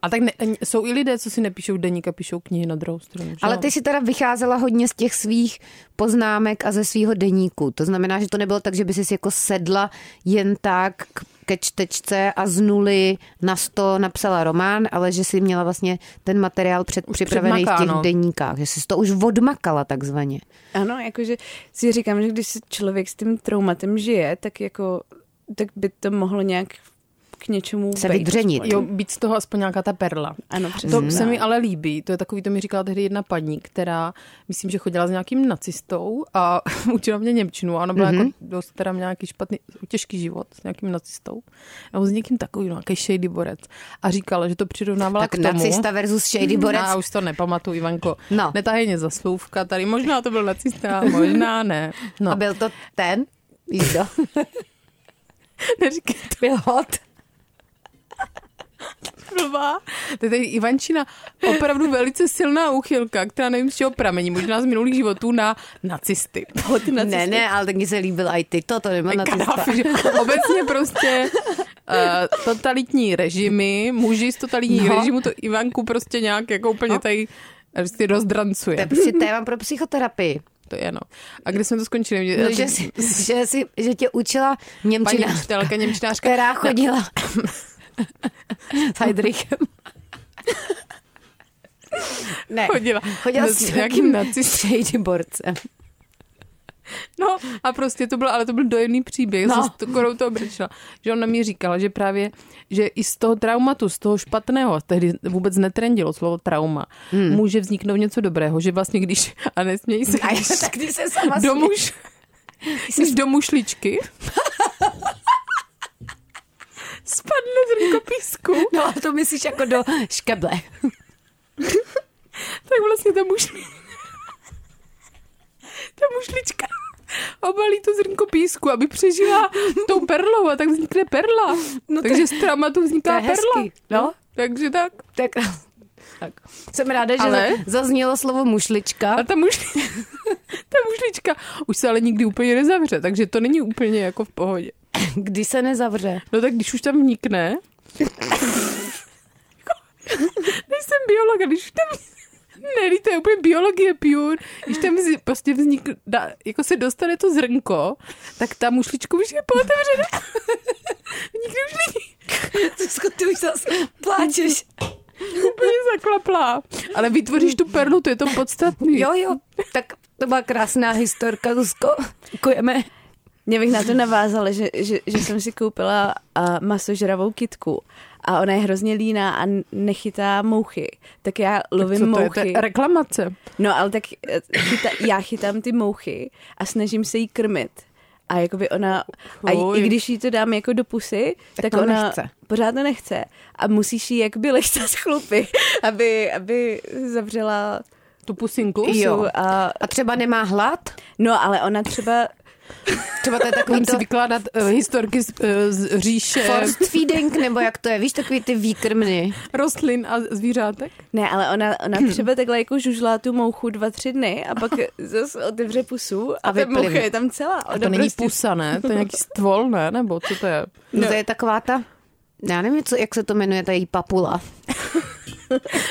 A tak ne, jsou i lidé, co si nepíšou deník a píšou knihy na druhou stranu. že
Ale
jo?
ty si teda vycházela hodně z těch svých poznámek a ze svého deníku. To znamená, že to nebylo tak, že by si jako sedla jen tak k- ke čtečce a z nuly na sto napsala román, ale že si měla vlastně ten materiál před,
Už no.
připravený v těch
předmakáno.
deníkách. Že jsi to už odmakala takzvaně.
Ano, jakože si říkám, že když se člověk s tím traumatem žije, tak jako, tak by to mohlo nějak k něčemu
Se
vejít
vydřenit.
aspoň.
Jo, být z toho aspoň nějaká ta perla.
Ano, přesně.
To se
tak.
mi ale líbí, to je takový, to mi říkala tehdy jedna paní, která, myslím, že chodila s nějakým nacistou a učila mě Němčinu a ona
Mhm.
byla mm-hmm. jako dost teda měla nějaký špatný, těžký život s nějakým nacistou. Nebo s někým takovým, no, nějaký shady borec. A říkala, že to přirovnávala
tak
k tomu.
nacista versus shady borec.
Já už to nepamatuju, Ivanko.
No.
Netahej mě za slůvka tady. Možná to byl nacista, možná ne. No.
A byl to ten? Jízdo.
Neříkej, to
Byl hot.
blbá. To je tady Ivančina opravdu velice silná úchylka, která nevím z čeho pramení, možná z minulých životů na nacisty.
hot ne, ne, ale tak mi se líbil i ty. To, to nebyl nacista.
Kadáfi, že Obecně prostě uh, totalitní režimy, muži z totalitních
No.
no. režimů, to Ivanku prostě nějak jako úplně no. tady prostě
To je
rozdrancuje.
prostě téma pro psychoterapii.
To je no. A kde jsme to skončili? Mě-
No, že, jsi, že, jsi, že tě učila
Paní
Němčina,
učitelka, němčinářka,
která chodila s Heidrichem. Ne,
chodila,
chodila
no,
s
nějakým
nějakým
nacistem.
nacistou borcem.
No a prostě to byl, ale to byl dojemný příběh,
No.
no. s korou to obrčila. Že ona mi říkala, že právě, že i z toho traumatu, z toho špatného, tehdy vůbec netrendilo slovo trauma, hmm. může vzniknout něco dobrého, že vlastně když, a nesmějí se,
A já,
když
tak vlastně- když se sama
do muž, když do mušličky spadne z rukopisku,
smě- No a to myslíš jako do škeble.
tak vlastně ta mušli... ta mušlička obalí to zrnko písku, aby přežila tou perlou a tak vznikne perla. No Takže z traumatu
To je
vzniká perla.
hezký. No,
Takže tak.
to je krás. Tak. Jsem ráda, že
Ale-
zaznělo slovo mušlička.
A ta, mušli... ta mušlička už se ale nikdy úplně nezavře, takže to není úplně jako v pohodě.
Kdy se nezavře?
No tak když už tam vnikne... Nejsem biolog, a když už tam... Ne, to je úplně biologie pure. Když tam vz- prostě vznik, dá, jako se dostane to zrnko, tak ta mušlička už je pootevřená. Nikdy už není
Zuzko, Jako ty už zase pláčeš.
úplně zaklaplá. Ale vytvoříš tu perlu, to je to podstatný.
Jo, jo, tak to byla krásná historka, Zuzko. Děkujeme.
Mě bych na to navázala, že, že, že jsem si koupila a, masožravou kitku a ona je hrozně líná a nechytá mouchy. Tak já lovím
Co to je,
mouchy.
to je reklamace.
No ale tak eh, chyta, já chytám ty mouchy a snažím se jí krmit. A jakoby ona, a i,
Fuj.
i když jí to dám jako do pusy, tak,
Tak to
ona
nechce.
pořád to nechce. A musíš jí jakoby lehce z chlupy, aby, aby zavřela
Tu pusinku?
pusu.
Jo.
A,
A třeba nemá hlad?
no ale ona třeba,
Třeba to je takový
Budeme
to
si vykládat uh, historky z, uh, z říše
forced feeding, nebo jak to je, víš, takový ty výkrmny.
rostlin a zvířátek.
ne, ale ona, ona
Hmm.
třeba takhle jako žužlá tu mouchu dva, tři dny a pak zase otevře pusu a,
A
a ta
vyplive.
moucha je tam celá. Ona
A to není
prostě-
pusa, ne? To je nějaký stvol, ne? Nebo co to je?
No. To je taková ta, já nevím, co, jak se to jmenuje, ta její papula.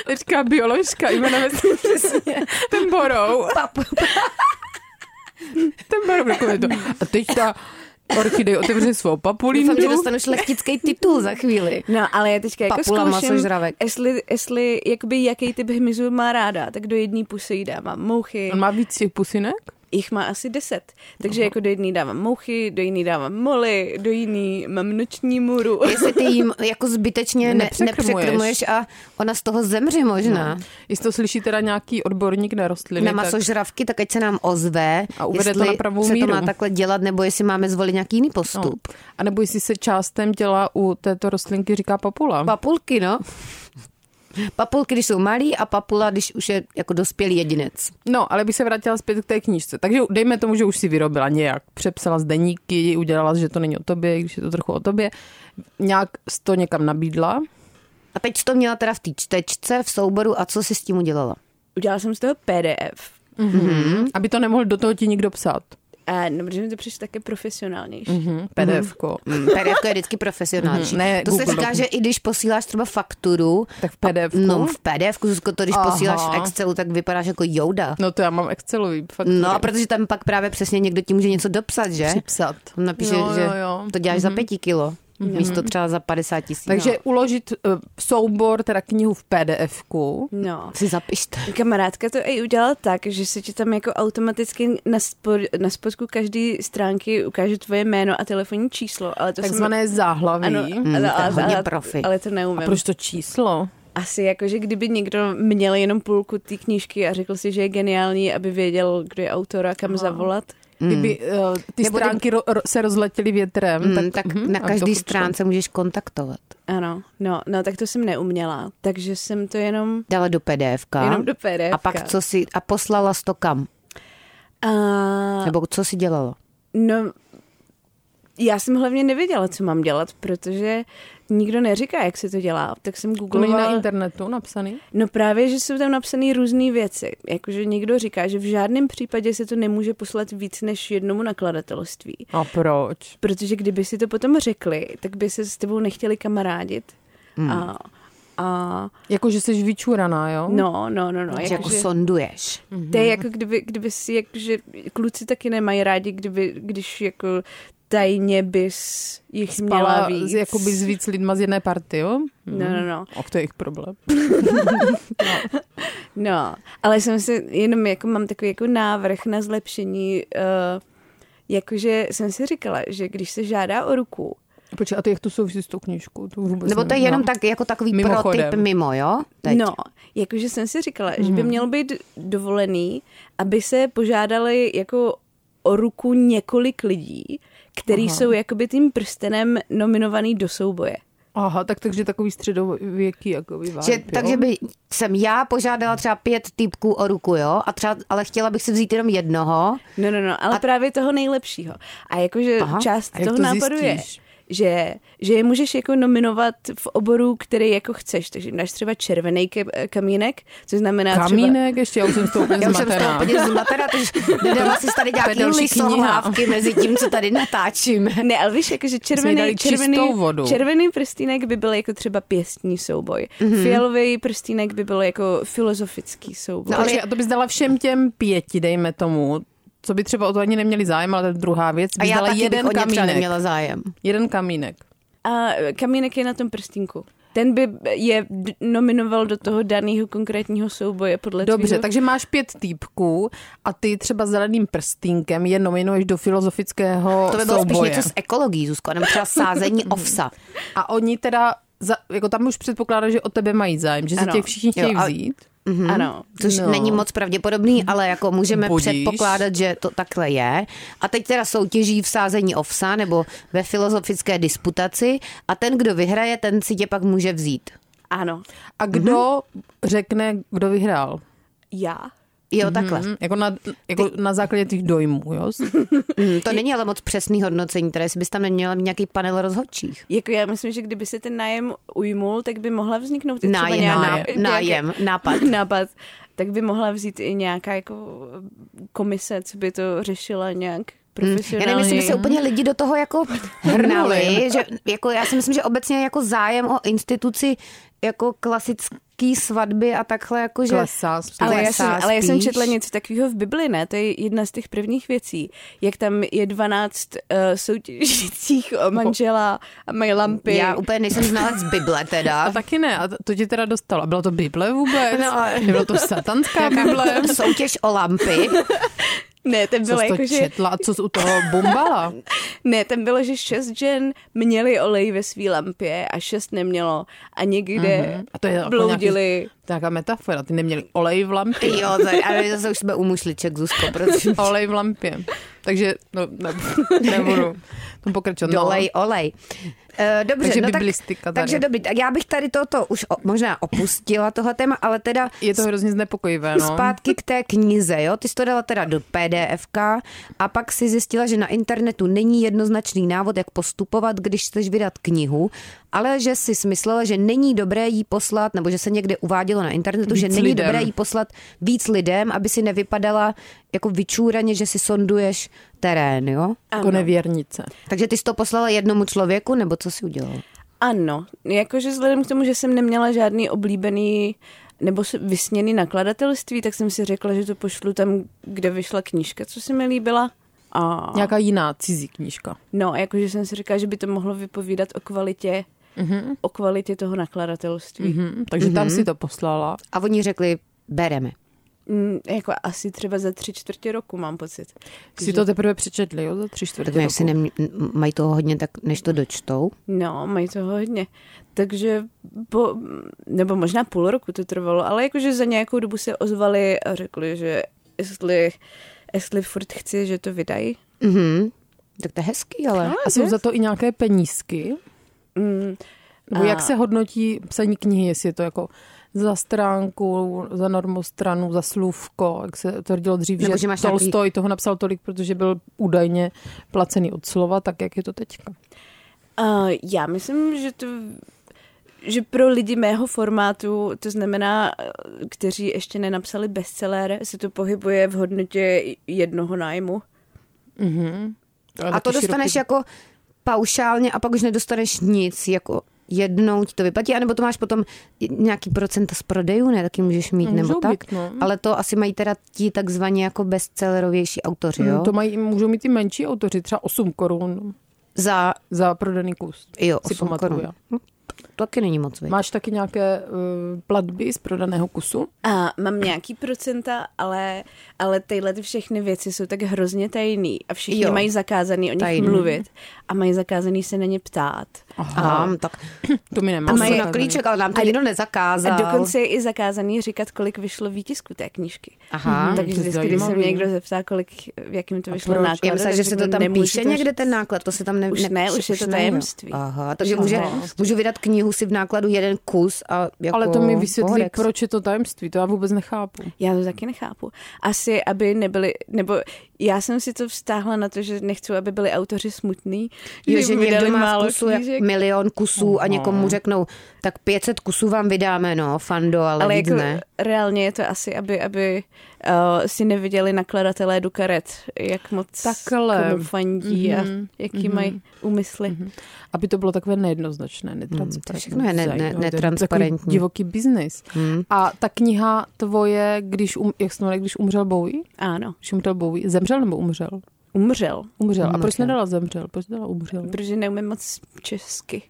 Teďka bioložka, jmenujeme se přesně ten borou. Ten borou, jako je to. A teď ta orchidej otevře svou papulíndu.
Doufám, že dostanu šlechtický titul za chvíli.
No, ale já teďka jako
Papula,
zkouším,
masožravek.
jestli, jestli jakoby jaký typ hmyzu má ráda, tak do jedné pusy jí dávám
No,
mouchy,
On má víc těch pusinek?
jich má asi deset, takže jako do jedné dávám mouchy, do jiný dávám moly, do jiný mám noční můru.
Jestli ty jim jako zbytečně ne,
Nepřekrmuješ.
nepřekrmuješ a ona z toho zemře možná. No.
Jestli to slyší teda nějaký odborník na rostliny,
Na
tak no.
masožravky, tak ať se nám ozve,
A uvede to
jestli
na pravou
se
míru.
to má takhle dělat, nebo jestli máme zvolit nějaký jiný postup. No.
A nebo jestli se částem těla u této rostlinky říká papula.
Papulky, no. Papulky, když jsou malí a papula, když už je jako dospělý jedinec.
No, ale bych se vrátila zpět k té knížce. Takže dejme tomu, že už si vyrobila nějak. Přepsala z deníky, udělala, že to není o tobě, i když je to trochu o tobě. Nějak jsi to někam nabídla.
A teď jsi to měla teda v té čtečce, v souboru a co si s tím udělala?
Udělala jsem z toho PDF.
Mhm.
Mm-hmm. Aby to nemohl do toho ti nikdo psát.
A no, protože mi to přišlo také profesionálnější.
Mhm.
Mm-hmm. PDFko. Mm-hmm.
PDF Hmm, jako je vždycky profesionálnější.
Mhm, ne,
to se
Google
říká,
Doc.
že i když posíláš třeba fakturu,
Tak v PDF.
no v PDF, Zuzko, to když
Aha.
posíláš v Excelu, tak vypadáš jako Yoda.
no to já mám Excelový fakt.
No a protože tam pak právě přesně někdo ti může něco dopsat, že?
Připsat.
Tam napíše,
Jo, jo,
že
jo. Mhm.
to děláš mm-hmm. za pěti kilo, mm-hmm. místo třeba za 50 tisíc.
Takže no. uložit uh, soubor, teda knihu v PDFku.
No.
si zapište.
Kamarádka to i udělala tak, že se ti tam jako automaticky na, spod, na spodku každé stránky ukáže tvoje jméno a telefonní číslo, ale to jsem...
Takzvané záhlaví.
Ano,
Mm.
Mhm,
ale,
to je
ale,
hodně
ale,
profi.
ale to neumím.
A proč to číslo?
Asi jako, že kdyby někdo měl jenom půlku té knížky a řekl si, že je geniální, aby věděl, kdo je autor a kam Aha. zavolat.
Kdyby uh, ty
Hmm. Nebo ty-
stránky ro- ro- se rozletěly větrem,
Mm, tak
tak,
tak
mhm,
na
a to
každý
furt šlo.
stránce můžeš kontaktovat.
Ano, no, no, tak to jsem neuměla, takže jsem to jenom,
Dala do PDFka.
jenom do PDF.
A pak co si, a poslala jsi to kam?
A,
Nebo co si dělala?
no, já jsem hlavně nevěděla, co mám dělat, protože nikdo neříká, jak se to dělá. Tak jsem
To není na
googlovala.
internetu napsaný?
No právě, že jsou tam napsané různé věci. Jakože někdo říká, že v žádném případě se to nemůže poslat víc než jednomu nakladatelství.
A proč?
Protože kdyby si to potom řekli, tak by se s tebou nechtěli kamarádit. Hmm. A, a
Jako, že jsi vyčuraná, jo?
no, no, no, no.
Že jako
jakože-
sonduješ.
to je jako kdyby, kdyby si, jakože kluci taky nemají rádi, kdyby, když jako tajně bys jich měla
Spala
víc.
z, jako jakoby s víc lidma z jedné party, jo? Mhm.
No, no, no.
A to je jejich problém.
No, ale jsem si, jenom jako mám takový jako návrh na zlepšení, uh, jakože jsem si říkala, že když se žádá o ruku,
Počkej, a to jak to souvisí s tou knížkou? To vůbec
Nebo to je
nevím.
jenom
No.
tak, jako takový
Mimochodem.
protip mimo, jo? Teď.
No, jakože jsem si říkala, mm-hmm. že
Mhm.
by mělo být dovolený, aby se požádali jako o ruku několik lidí, který Aha. jsou jakoby tím prstenem nominovaný do souboje.
Aha, tak takže takový středověký jako vibe,
Že,
jo?
takže by jsem já požádala třeba pět typků o ruku, jo? A třeba, ale chtěla bych si vzít jenom jednoho.
No, no, no, ale a... právě toho nejlepšího. A jakože
Aha,
Aha. část
a jak
toho
to
nápadu je,
zjistíš?
že, že je můžeš jako nominovat v oboru, který jako chceš. Takže dáš třeba červený ke- kamínek, což znamená třeba...
Kamínek, ještě já už jsem z toho úplně
Já už jsem z toho
zmatená.
úplně zmatená, takže nedala si tady
To
nějaký
je další
lisohlávky mezi tím, co tady natáčíme.
Ne, ale víš, jakože
dali
červený, červený,
čistou vodu.
červený prstínek by byl jako třeba pěstní souboj.
Mhm.
Mm-hmm. Fialový prstínek by byl jako filozofický souboj.
No,
No,
ale... Počkej, a to bys dala všem těm pěti, dejme tomu, co by třeba o to ani neměli zájem, ale to je druhá věc,
A
bys
já
dala
taky
jeden
bych o ně třeba
kamínek.
neměla zájem.
Jeden kamínek.
A kamínek je na tom prstínku. Ten by je d- nominoval do toho daného konkrétního souboje podle
Dobře,
tvýho...
takže máš pět týpků a ty třeba zeleným prstínkem je nominuješ do filozofického
To by bylo spíš
souboje.
něco s ekologií, Zuzko, nebo třeba sázení ovsa.
A oni teda, za, jako tam už předpokládá, že o tebe mají zájem, že si
Ano.
tě všichni
Jo,
chtějí
a-
vzít.
Mm-hmm. Ano.
Což no.
No.
není moc pravděpodobný, ale jako můžeme
Budíš.
předpokládat, že to takhle je. A teď teda soutěží v sázení ovsa nebo ve filozofické disputaci a ten, kdo vyhraje, ten si tě pak může vzít.
Ano.
A
Mhm.
kdo mm-hmm. řekne, kdo vyhrál?
Já?
Jo, takhle.
Hm, jako na, jako na základě těch dojmů, jo?
Mm, to není ale moc přesný hodnocení, teda jestli bys tam neměla mít nějaký panel rozhodčích.
Jako já myslím, že kdyby se ten nájem ujmul, tak by mohla vzniknout i třeba
Nájem,
nějaká-
nájem,
nějaký-
nájem, nápad.
nápad. Tak by mohla vzít i nějaká jako komise, co by to řešila nějak
Mhm. Já
profesionálně.
nevím, jestli by se úplně lidi do toho jako hrnuli,
Hrnuli.
že jako já si myslím, že obecně jako zájem o instituci jako klasický svatby a takhle jako, že...
Klesá spíš.
Ale já,
klesá
jsem, ale já jsem
spíš.
četla něco takového v Bibli, ne? To je jedna z těch prvních věcí, jak tam je 12 uh, soutěžících o manžela a mají lampy.
Já úplně nejsem znalec Bible
A
teda.
taky ne, a to tě teda dostalo. A Bylo to Bible vůbec?
No, ale-
Nebylo to satanská Bible?
Soutěž o lampy.
Ne, tam
Co
bylo
jsi
jako,
to
že,
četla? A co jsi u toho bombala?
ne, tam bylo, že šest žen měli olej ve své lampě a šest nemělo. A někde mm-hmm.
A to je jako
bloudili.
Nějaký, nějaká metafora. Ty neměli olej v lampě.
Jo, to- ale zase už jsme u mušliček, Zuzko, prosím. tě.
Olej v lampě. Takže no, ne, nebudu tomu pokračovat. No.
Dolej, olej. Eh, Dobře,
Takže
no tak,
biblistika tady.
takže dobrý, tak já bych tady toto už o, možná opustila tohle téma, ale teda
Je to hrozně znepokojivé, no.
zpátky k té knize, jo? Ty jsi to dala teda do PDFka a pak si zjistila, že na internetu není jednoznačný návod, jak postupovat, když chceš vydat knihu, ale že si smyslela, že není dobré jí poslat, nebo že se někde uvádělo na internetu, že
Víc
není
lidem.
dobré jí poslat víc lidem, aby si nevypadala jako vyčúraně, že si sonduješ terén, jo?
Jako nevěrnice.
Takže ty jsi to poslala jednomu člověku, nebo co si udělala?
Ano, jakože vzhledem k tomu, že jsem neměla žádný oblíbený nebo s- vysněný nakladatelství, tak jsem si řekla, že to pošlu tam, kde vyšla knížka, co se mi líbila. A
Nějaká jiná cizí knížka.
no, jakože jsem si říkala, že by to mohlo vypovídat o kvalitě, mm-hmm. o kvalitě toho nakladatelství.
Mhm.
Mm-hmm.
Hm, takže tam si to poslala.
A oni řekli, bereme.
Mm, jako asi třeba za tři čtvrtě roku mám pocit.
Si to teprve přečetli, jo, za tři čtvrtě
Tak nevím, jestli
roku.
nem, m- mají toho hodně, tak než to dočtou.
No, mají toho hodně. Takže, po, nebo možná půl roku to trvalo, ale jakože za nějakou dobu se ozvali a řekli, že jestli, jestli furt chci, že to vydají.
Mhm. Tak to je hezký, ale...
A jsou za to i nějaké penízky?
Mm,
Nebo
A-
jak se hodnotí psaní knihy, jestli je to jako za stránku, za normostranu, za slůvko, jak se to dělo dřív,
Nebo
že,
že máš nějaký-
Tolstoj toho napsal tolik, protože byl údajně placený od slova, tak jak je to teďka.
a já myslím, že to že pro lidi mého formátu, to znamená, eh, kteří ještě nenapsali bestseller, se to pohybuje v hodnotě jednoho nájmu.
A to dostaneš jako paušálně a pak už nedostaneš nic, jako jednou ti to vyplatí, anebo to máš potom nějaký procenta z prodejů, ne, taky můžeš mít, nebo
Můžou
tak.
být, no.
Ale to asi mají teda ti takzvaně jako bestsellerovější autoři, jo?
Jo? Mm, To mají, můžou mít i menší autoři, třeba 8 korun
Za,
za prodaný kus.
jo,
si
8
pamatuju.
korun.
já.
Hm, To taky není moc, viď?
Máš taky nějaké uh, platby z prodaného kusu?
A mám nějaký procenta, ale, ale tyhle ty všechny věci jsou tak hrozně tajný a všichni
Jo.
jo. mají zakázaný o nich
Tajný.
tajný. mluvit a mají zakázaný se na ně ptát.
Aha, tak
To mi nemá.
to jsou
mají-
na klíček, ale nám to nikdo nezakázal.
A dokonce je i zakázaný říkat, kolik vyšlo výtisku té knížky.
Aha.
Takže
to je
vždycky, když se
zajímavý.
mě někdo zeptá, kolik, v jakým to vyšlo
proč?
nákladu,
Já myslím,
tak
že se to
řeknu,
tam
nemůžu
píše
to
někde
říct.
ten náklad, to se tam ne,
Už ne, už je to
jo.
tajemství.
Aha, takže
Už
může,
ne.
můžu vydat knihu si v nákladu jeden kus a jako
Ale to mi vysvětlí,
pohodex.
proč je to tajemství, to já vůbec nechápu.
Já to taky nechápu. Asi, aby nebyli, nebo já jsem si to vztáhla na to, že nechci, aby byli autoři smutní,
Jo, že někdo
vydali
má v
málo
kusu jak
knížek.
milion kusů a někomu řeknou, tak 500 kusů vám vydáme, no, fando, ale,
Ale
víc
jako
ne.
reálně je to asi, aby, aby uh, si neviděli nakladatelé do karet, jak moc
Takhle.
komu fandí mm-hmm.
Mhm.
a jaký mm-hmm. mají úmysly. Mm-hmm.
aby to bylo takové nejednoznačné, netransparentní.
Hmm, to všechno je ne- ne-
Zajímavé, to
netransparentní.
Takový divoký biznis. Hmm. A ta kniha tvoje, když, um, jak jsi to jmenuje, když umřel Bowie?
Ano,
Když umřel Bowie, zemřel nebo umřel?
umřel,
Umřel. A proč
Umřel.
nedala zemřel? Proč dala umřel?
protože neumím moc česky.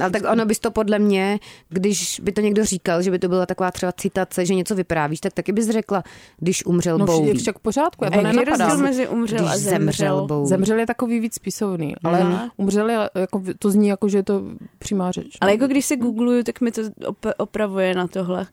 Ale tak ono bys to podle mě, když by to někdo říkal, že by to byla taková třeba citace, že něco vyprávíš, tak taky bys řekla, když umřel
No vš- je
Bowie.
však v pořádku, já
A
to
jaký je rozdíl
nenapadám.
mezi umřel
Když
a zemřel?
Bowie.
Zemřel je takový víc spisovný, ale
Mhm.
No.
umřel je, jako, to zní jako, že je to přímá řeč.
Ale jako když se googluju, tak mi to op- opravuje na tohle.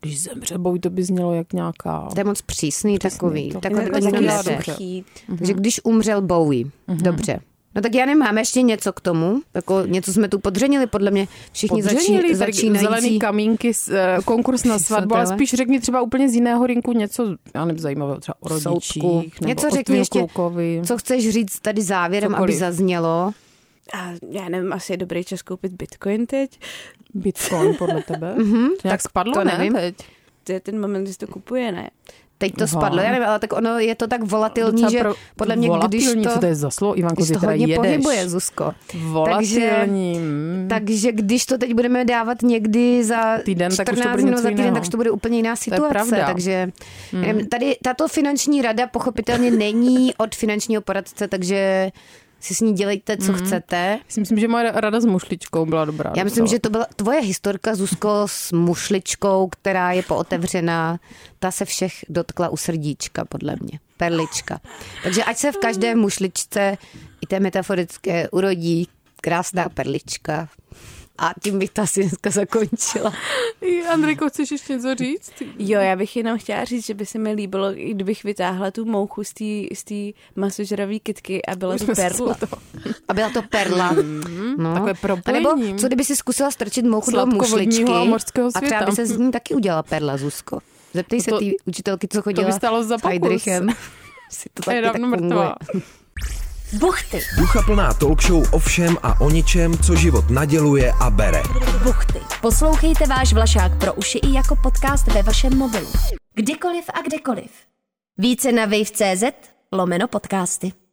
Když zemře, boj, to by znělo jak nějaká...
To je moc přísný,
Přesný,
takový.
to- Mhm.
Takhle
Jako
Je
to tak
to takový
nese.
dobře.
Takže když umřel Bowie,
Mhm.
dobře. No tak já nemám ještě něco k tomu. Jako něco jsme tu podřenili, podle mě všichni
Podřenili
začí,
tak
začínající.
zelený kamínky, s, eh, konkurs na svatbu, ale
Přesatele.
spíš řekni třeba úplně z jiného rinku něco, já nevím, zajímavého, třeba o
Soudku.
rodičích, nebo
Něco
o
řekni
tvým
ještě,
klukovi.
Co chceš říct tady závěrem,
Cokoliv.
aby zaznělo?
A já nevím, asi je dobrý čas koupit bitcoin teď.
Bitcoin podle tebe? mm-hmm, to nějak spadlo,
to
ne?
nevím.
Teď?
To je ten moment, kdy se to kupuje, ne?
Teď to
Aha.
spadlo, já nevím, ale tak ono je to tak volatilní,
Docela
že
pro-
podle mě, když
volatilní,
to,
co to je za slovo? Ivanko,
když
ty
to
teda
hodně
jedeš.
pohybuje, Zuzko.
Volatilní. mm.
Takže když to teď budeme dávat někdy za
Týden, tak už to
14
bude
dnů
něco
za týden,
jiného.
tak to bude úplně jiná
je
situace.
pravda.
takže hmm. tady tato finanční rada pochopitelně není od finančního poradce, takže si s ní dělejte, co
Hmm.
chcete.
Já si myslím, že moje rada s mušličkou byla dobrá.
Já myslím,
docela.
že to byla tvoje historka, Zuzko, s mušličkou, která je pootevřená. Ta se všech dotkla u srdíčka, podle mě. Perlička. Takže ať se v každé mušličce i té metaforické urodí krásná perlička. A tím bych to asi dneska zakončila.
I, Andrejko, chceš ještě něco říct?
Jo, já bych jenom chtěla říct, že by se mi líbilo, i kdybych vytáhla tu mouchu z té- z té masožravý kytky a byla
Už
to
jsme se
perla.
A byla to perla. No.
Mm-hmm. takové
a nebo
propojení.
co kdyby si zkusila strčit mouchu do
Sladkovodního
mušličky
a mořského
a třeba
světa.
by se z ní taky udělala perla, Zuzko. Zeptej se
To-
té učitelky, co chodila
stálo za
s
pokus.
Heidrichem. si to
Ta je
taky tak
dávno
funguje.
mrtvá.
Buchty,
Ducha plná talk show o všem a o ničem, co život naděluje a bere.
buchty. Poslouchejte váš Vlašák pro uši i jako podcast ve vašem mobilu. Kdykoliv a kdekoliv. Více na wave.cz lomeno podcasty.